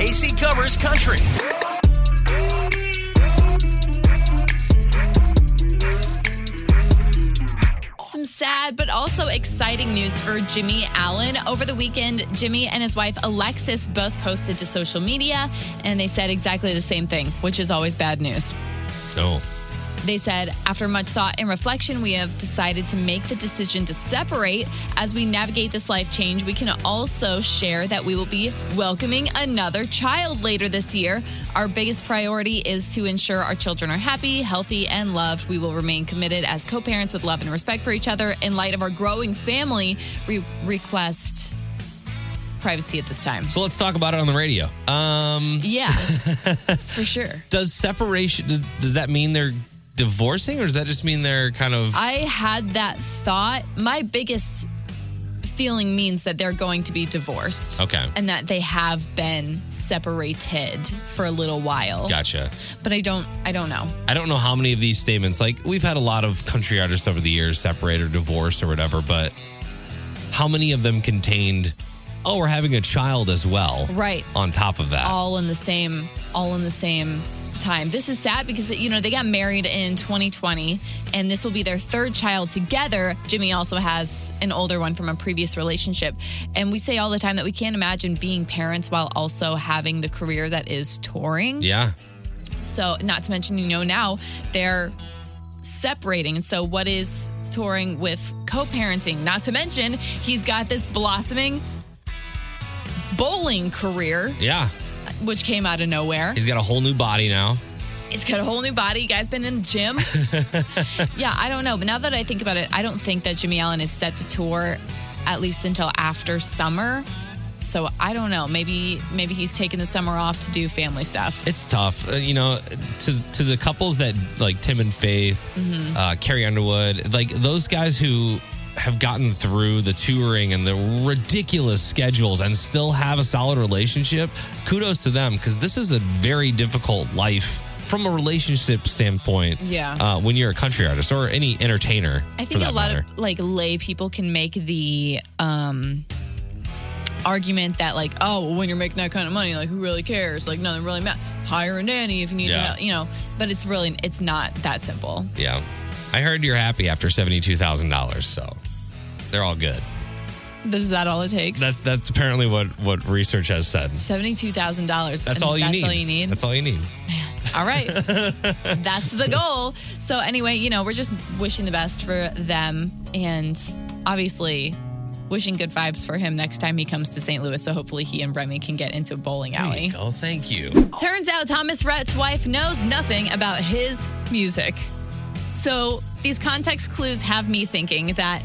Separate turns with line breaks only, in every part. AC covers country.
Some sad but also exciting news for Jimmy Allen. Over the weekend, Jimmy and his wife Alexis both posted to social media and they said exactly the same thing, which is always bad news.
Oh,
They said, after much thought and reflection, we have decided to make the decision to separate. As we navigate this life change, we can also share that we will be welcoming another child later this year. Our biggest priority is to ensure our children are happy, healthy, and loved. We will remain committed as co parents with love and respect for each other. In light of our growing family, we request privacy at this time.
so let's talk about it on the radio. Um,
Yeah, for sure.
does separation does, does that mean they're divorcing, or does that just mean they're kind of?
I had that thought. My biggest feeling means that they're going to be divorced.
Okay.
And that they have been separated for a little while.
gotcha.
But I don't I don't know.
I don't know how many of these statements. Like we've had a lot of country artists over the years separate or divorce or whatever, but how many of them contained? Oh, we're having a child as well.
Right.
On top of that.
All in the same all in the same time. This is sad because you know they got married in 2020 and this will be their third child together. Jimmy also has an older one from a previous relationship. And we say all the time that we can't imagine being parents while also having the career that is touring.
yeah.
So, not to mention, you know, now they're separating. And so, what is touring with co parenting? Not to mention, he's got this blossoming bowling career,
Yeah.
which came out of nowhere.
He's got a whole new body now.
He's got a whole new body. You guys been in the gym? yeah, I don't know. But now that I think about it, I don't think that Jimmy Allen is set to tour at least until after summer. So I don't know. Maybe maybe he's taking the summer off to do family stuff.
It's tough, Uh, you know. To to the couples that like Tim and Faith,
Mm-hmm.
uh, Carrie Underwood, like those guys who have gotten through the touring and the ridiculous schedules and still have a solid relationship. Kudos to them because this is a very difficult life from a relationship standpoint.
Yeah.
uh, when you're a country artist or any entertainer,
I
for
think
that
a lot
matter.
of like lay people can make the um argument that like, oh, well, when you're making that kind of money, like who really cares? Like nothing really matters. Hire a nanny if you need
Yeah.
help, you know. But it's really it's not that simple.
yeah. I heard you're happy after seventy two thousand dollars, so they're all good.
This is that all it takes.
That's that's apparently what what research has said.
seventy two thousand dollars.
That's all you
that's
need.
all you need.
That's all you need.
All right. That's the goal. So, anyway, you know, we're just wishing the best for them and obviously wishing good vibes for him next time he comes to St. Louis. So, hopefully, he and Remy can get into a bowling alley.
Oh, thank you.
Turns out Thomas Rhett's wife knows nothing about his music. So, these context clues have me thinking that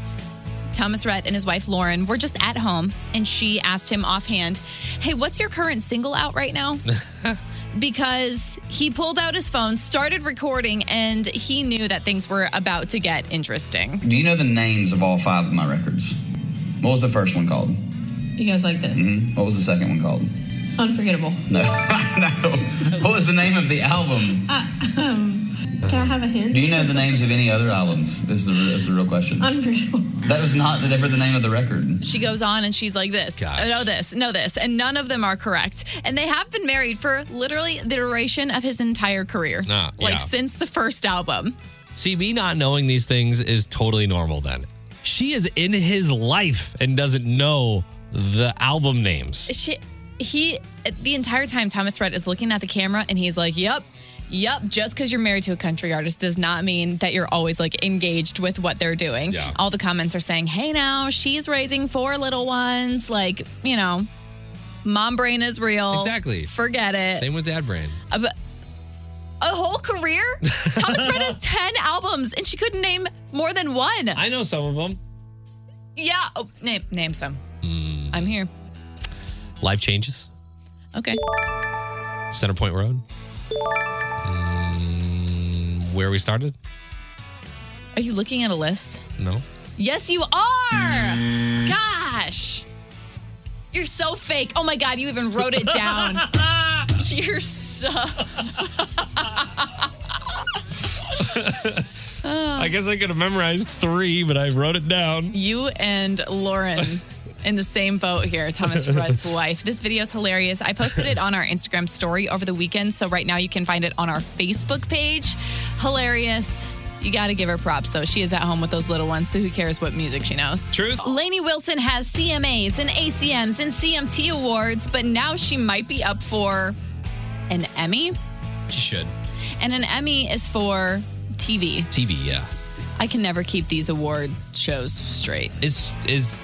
Thomas Rhett and his wife Lauren were just at home and she asked him offhand, Hey, what's your current single out right now? because he pulled out his phone, started recording, and he knew that things were about to get interesting.
Do you know the names of all five of my records? What was the first one called?
You guys like this?
Hmm? What was the second one called?
Unforgettable.
No. no. What was the name of the album?
Uh, um, can I have a hint?
Do you know the names of any other albums? This is the, re- this is the real question.
Unforgettable.
That was not ever the name of the record.
She goes on and she's like this,
Gosh.
know this, know this, and none of them are correct. And they have been married for literally the duration of his entire career,
Ah, yeah.
like since the first album.
See, me not knowing these things is totally normal then. She is in his life and doesn't know the album names.
She, he, the entire time Thomas Rhett is looking at the camera and he's like, "Yep, yep." Just because you're married to a country artist does not mean that you're always like engaged with what they're doing.
Yeah.
All the comments are saying, "Hey, now she's raising four little ones." Like, you know, mom brain is real.
Exactly.
Forget it.
Same with Dad Brain.
a, a whole career? Thomas Red has 10 albums and she couldn't name more than one.
I know some of them.
yeah. Oh, name, name some. I'm here.
Life Changes,
Okay.
Center Point Road. Mm, where we started?
Are you looking at a list?
No.
Yes, you are. Gosh. You're so fake. Oh my God, you even wrote it down. You're so.
I guess I could have memorized three, but I wrote it down.
You and Lauren in the same boat here, Thomas Rudd's wife. This video is hilarious. I posted it on our Instagram story over the weekend, so right now you can find it on our Facebook page. Hilarious. You got to give her props, though. She is at home with those little ones, so who cares what music she knows?
Truth.
Lainey Wilson has CMAs and ACMs and CMT awards, but now she might be up for an Emmy.
She should.
And an Emmy is for TV.
TV, yeah.
I can never keep these award shows straight.
Is is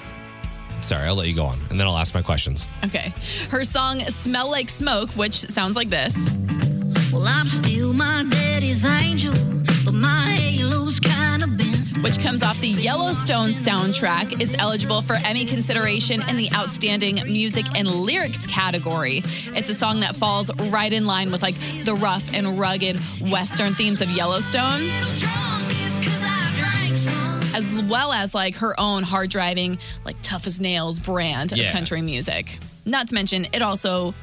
sorry, I'll let you go on and then I'll ask my questions.
Okay. Her song Smell Like Smoke, which sounds like this.
Well, I'm still my daddy's angel, but my halo's kind of bent.
which comes off the Yellowstone soundtrack, is eligible for Emmy consideration in the Outstanding Music and Lyrics category. It's a song that falls right in line with like the rough and rugged Western themes of Yellowstone,
Drunk is 'cause I drank some.
as well as like her own hard driving, like tough as nails brand
Yeah.
of country music. Not to mention, it also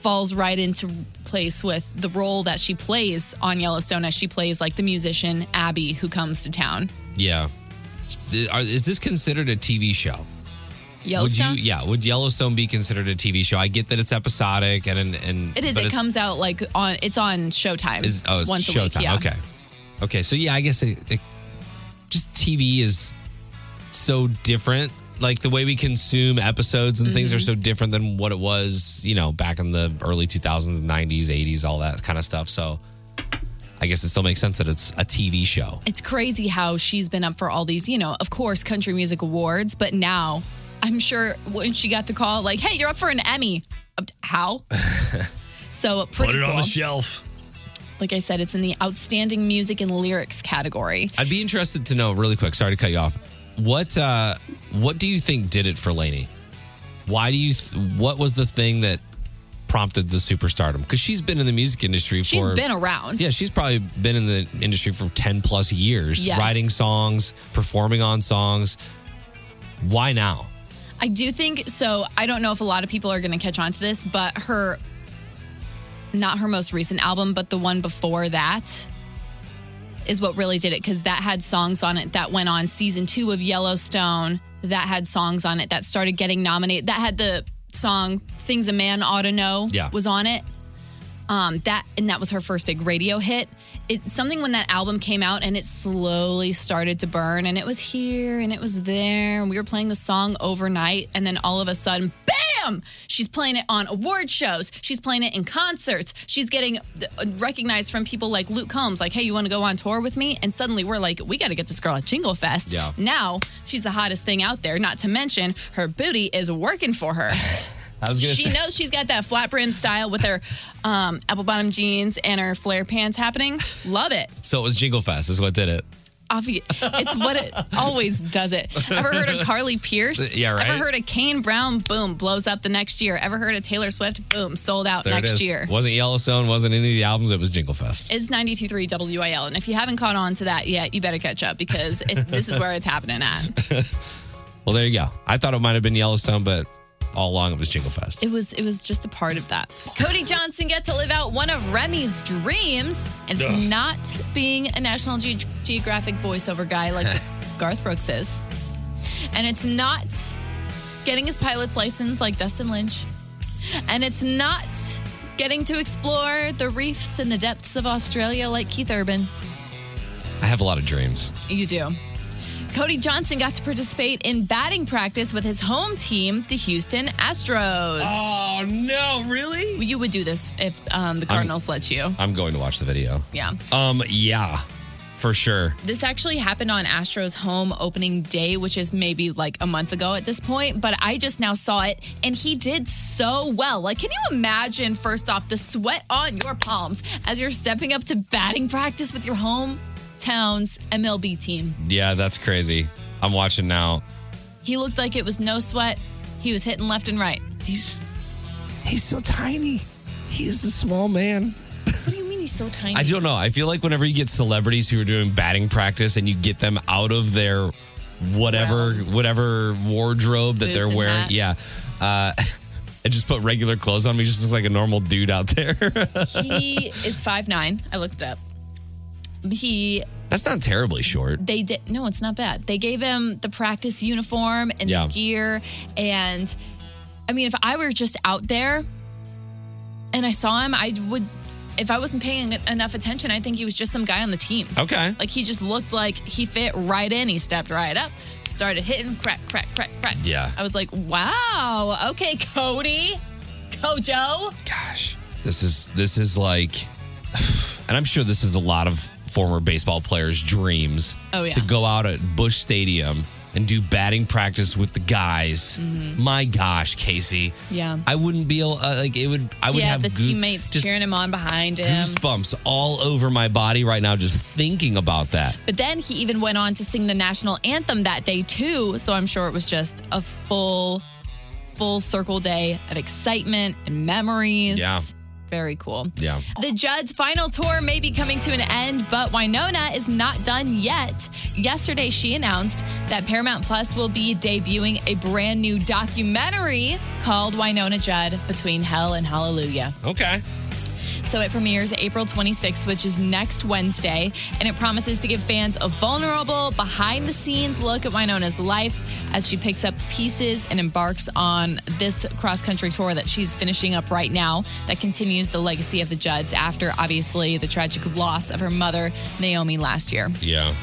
falls right into place with the role that she plays on Yellowstone as she plays like the musician Abby who comes to town.
Yeah. Th- are- Is this considered a TV show? Would you
Yellowstone?
yeah, would Yellowstone be considered a TV show? I get that it's episodic and and, and
It is.
but
It
it's-
comes out like on. It's on Showtime.
is oh it's
once
showtime.
a week. Yeah.
Okay. Okay, so yeah, I guess it, it just TV is so different. Like the way we consume episodes and
Mm-hmm.
things are so different than what it was, you know, back in the early 2000s, 90s, 80s, all that kind of stuff. So I guess it still makes sense that it's a TV show.
It's crazy how she's been up for all these, you know, of course, country music awards, but now I'm sure when she got the call, like, "Hey, you're up for an Emmy." Uh, How? so pretty cool.
shelf.
Like I said, it's in the outstanding music and lyrics category.
I'd be interested to know really quick. Sorry to cut you off. What uh what do you think did it for Lainey? Why do you th- what was the thing that prompted the superstardom? Cuz she's been in the music industry
She's
for
been around.
Yeah, she's probably been in the industry for 10 plus years,
Yes.
writing songs, performing on songs. Why now?
I do think so. I don't know if a lot of people are going to catch on to this, but her, not her most recent album, but the one before that is what really did it because that had songs on it that went on season two of Yellowstone, that had songs on it that started getting nominated, that had the song Things a Man Ought to Know
Yeah.
was on it. Um, that and that was her first big radio hit. It's something when that album came out and it slowly started to burn and it was here and it was there and we were playing the song overnight and then all of a sudden, bam! She's playing it on award shows. She's playing it in concerts. She's getting uh, recognized from people like Luke Combs, like, "Hey, you want to go on tour with me?" And suddenly we're like, "We got to get this girl at Jingle Fest."
Yeah.
Now she's the hottest thing out there. Not to mention her booty is working for her.
I was going
She knows she's got that flat brim style with her um, apple bottom jeans and her flare pants happening. Love it.
So it was Jingle Fest is what did it.
Obvi- It's what it always does it. Ever heard of Carly Pierce?
Uh, Yeah, right.
Ever heard of Kane Brown? Boom, blows up the next year. Ever heard of Taylor Swift? Boom, sold out
There it
next
is.
year.
Wasn't Yellowstone, wasn't any of the albums, it was Jingle Fest.
It's 92.3 WIL. And if you haven't caught on to that yet, you better catch up because it, this is where it's happening at.
Well, there you go. I thought it might have been Yellowstone, but all along it was Jingle Fest.
It was it was just a part of that. Cody Johnson got to live out one of Remy's dreams, and it's not being a National Ge- Geographic voiceover guy like Garth Brooks is, and it's not getting his pilot's license like Dustin Lynch, and it's not getting to explore the reefs and the depths of Australia like Keith Urban.
I have a lot of dreams.
You do. Cody Johnson got to participate in batting practice with his home team, the Houston Astros.
Oh, no, really?
You would do this if um, the Cardinals let you.
I'm going to watch the video.
Yeah.
Um, yeah, for sure.
This actually happened on Astros home opening day, which is maybe like a month ago at this point, but I just now saw it and he did so well. Like, can you imagine, first off, the sweat on your palms as you're stepping up to batting practice with your hometown's MLB team?
Yeah, that's crazy. I'm watching now.
He looked like it was no sweat. He was hitting left and right.
He's he's so tiny. He is a small man.
What do you mean he's so tiny?
I don't know. I feel like whenever you get celebrities who are doing batting practice and you get them out of their whatever whatever wardrobe that
Boots
they're
and
wearing,
hat.
yeah, uh, and just put regular clothes on, he just looks like a normal dude out there.
he is 5'9. I looked it up. He
That's not terribly short.
they did no it's not bad they gave him the practice uniform and
Yeah.
the gear and i mean if i were just out there and i saw him i would if i wasn't paying enough attention i think he was just some guy on the team
Okay.
like he just looked like he fit right in he stepped right up started hitting crack crack crack crack
Yeah.
i was like wow okay cody kojo
gosh, this is this is like, and I'm sure this is a lot of former baseball players' dreams.
Oh, yeah.
to go out at Bush Stadium and do batting practice with the guys. My gosh, Casey.
Mm-hmm. Yeah.
I wouldn't be able. Uh, like it would. I would
yeah
have
the
goo-
teammates
just
cheering him on behind him
goosebumps all over my body right now just thinking about that.
But then he even went on to sing the national anthem that day too. So I'm sure it was just a full, full circle day of excitement and memories.
Yeah.
Very cool.
Yeah.
The Judd's final tour may be coming to an end, but Winona is not done yet. Yesterday, she announced that Paramount Plus will be debuting a brand new documentary called Winona Judd Between Hell and Hallelujah.
Okay.
So it premieres April 26th, which is next Wednesday, and it promises to give fans a vulnerable, behind the scenes look at Winona's life as she picks up pieces and embarks on this cross country tour that she's finishing up right now that continues the legacy of the Judds after, obviously, the tragic loss of her mother, Naomi, last year.
Yeah.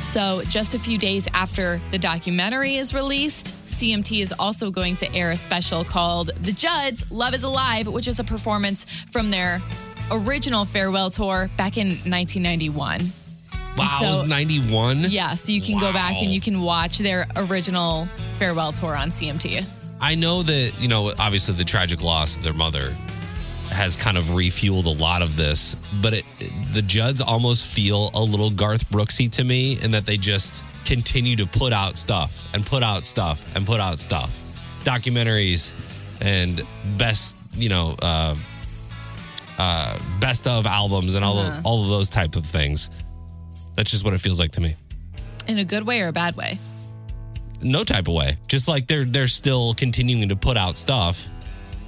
So, just a few days after the documentary is released, CMT is also going to air a special called The Judds Love is Alive, which is a performance from their original farewell tour back in 1991.
Wow.
So-
it was 91.
Yeah, so you can go back
Wow.
and you can watch their original farewell tour on CMT.
I know that, you know, obviously the tragic loss of their mother has kind of refueled a lot of this, but it, the Judds almost feel a little Garth Brooksy to me in that they just continue to put out stuff and put out stuff and put out stuff. Documentaries and best, you know, uh, uh, best of albums and all, of, all of those type of things. That's just what it feels like to me
In a good way or a bad way?
no type of way. Just like they're they're still continuing to put out stuff,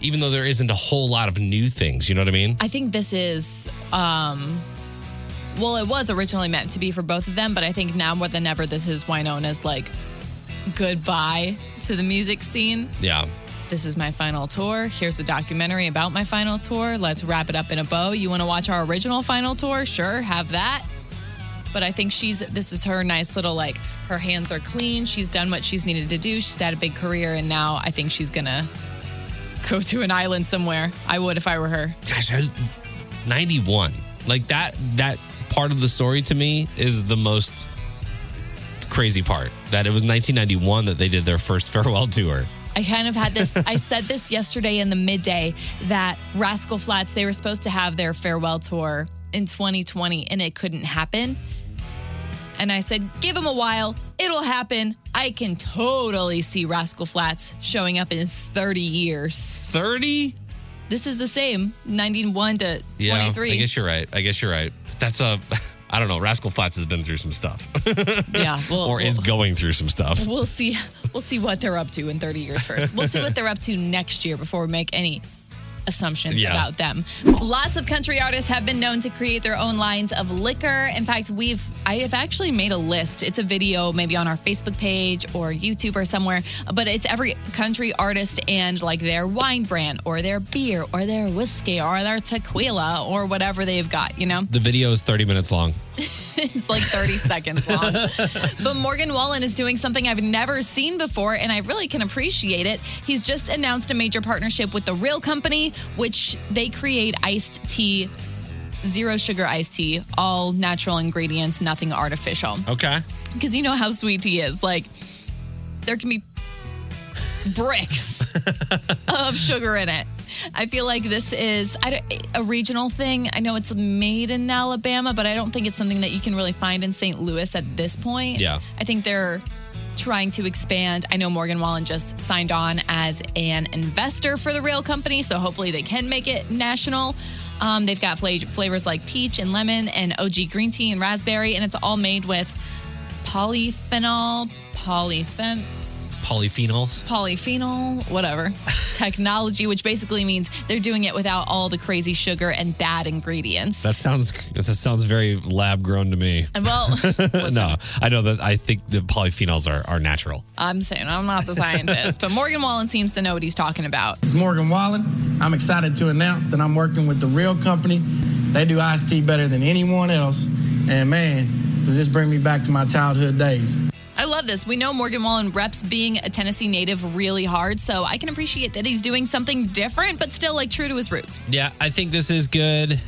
even though there isn't a whole lot of new things. You know what I mean?
I think this is, um, well, it was originally meant to be for both of them, but I think now more than ever, this is Winona's like goodbye to the music scene.
Yeah.
This is my final tour. Here's a documentary about my final tour. Let's wrap it up in a bow. You want to watch our original final tour? Sure, have that. But I think she's, this is her nice little like, her hands are clean. She's done what she's needed to do. She's had a big career, and now I think she's going to go to an island somewhere. I would if I were her.
Gosh, I, 91. Like that that part of the story to me is the most crazy part. That it was 1991 that they did their first farewell tour.
I kind of had this. I said this yesterday in the midday that Rascal Flats they were supposed to have their farewell tour in 2020 and it couldn't happen. And I said, give them a while, it'll happen. I can totally see Rascal Flats showing up in 30 years.
30?
This is the same, 91 to 23.
I guess you're right. I guess you're right. That's a I don't know. Rascal Flats has been through some stuff
yeah, well,
or is
we'll-
going through some stuff.
We'll see. We'll see what they're up to in 30 years first. We'll see what they're up to next year before we make any assumptions
Yeah.
about them. Lots of country artists have been known to create their own lines of liquor. In fact, we've I have actually made a list. It's a video maybe on our Facebook page or YouTube or somewhere, but it's every country artist and like their wine brand or their beer or their whiskey or their tequila or whatever they've got, you know?
The video is 30 minutes long.
It's like 30 seconds long. But Morgan Wallen is doing something I've never seen before, and I really can appreciate it. He's just announced a major partnership with The Real Company, which they create iced tea, zero sugar iced tea, all natural ingredients, nothing artificial.
Okay.
Because you know how sweet tea is. Like, there can be bricks of sugar in it. I feel like this is I don't- a regional thing. I know it's made in Alabama, but I don't think it's something that you can really find in St. Louis at this point.
Yeah.
I think they're trying to expand. I know Morgan Wallen just signed on as an investor for the rail company, so hopefully they can make it national. Um, they've got fla- flavors like peach and lemon and OG green tea and raspberry, and it's all made with polyphenol, polyphen
Polyphenols.
polyphenol, whatever. technology, which basically means they're doing it without all the crazy sugar and bad ingredients.
That sounds that sounds very lab grown to me.
and well, listen,
no, I know that I think the polyphenols are, are natural.
I'm saying I'm not the scientist, but Morgan Wallen seems to know what he's talking about.
It's Morgan Wallen. I'm excited to announce that I'm working with the real company. They do iced tea better than anyone else. And man, does this bring me back to my childhood days.
I love this. We know Morgan Wallen reps being a Tennessee native really hard, so I can appreciate that he's doing something different, but still like true to his roots.
Yeah, I think this is good.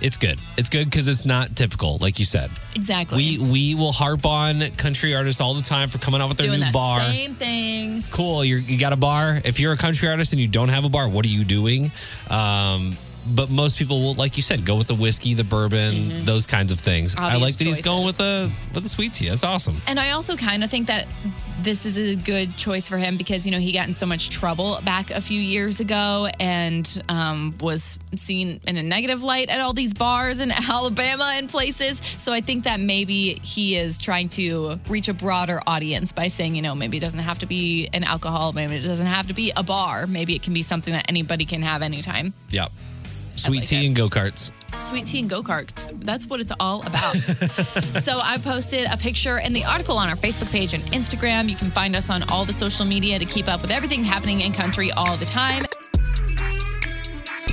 It's good. It's good because it's not typical, like you said.
Exactly.
We we will harp on country artists all the time for coming out with their
doing
new
the
bar.
same things.
cool. You're, you got a bar. If you're a country artist and you don't have a bar, what are you doing? Um, but most people will, like you said, go with the whiskey, the bourbon, those kinds of things. I
Obvious
like that he's going with
Mm-hmm. choices.
the with the sweet tea. That's awesome.
And I also kind of think that this is a good choice for him because, you know, he got in so much trouble back a few years ago and um, was seen in a negative light at all these bars in Alabama and places. So I think that maybe he is trying to reach a broader audience by saying, you know, maybe it doesn't have to be an alcohol, maybe it doesn't have to be a bar. Maybe it can be something that anybody can have anytime.
Yep. Sweet
like
tea
it.
and go karts.
Sweet tea and go karts. That's what it's all about. so I posted a picture and the article on our Facebook page and Instagram. You can find us on all the social media to keep up with everything happening in country all the time.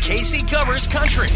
Casey covers country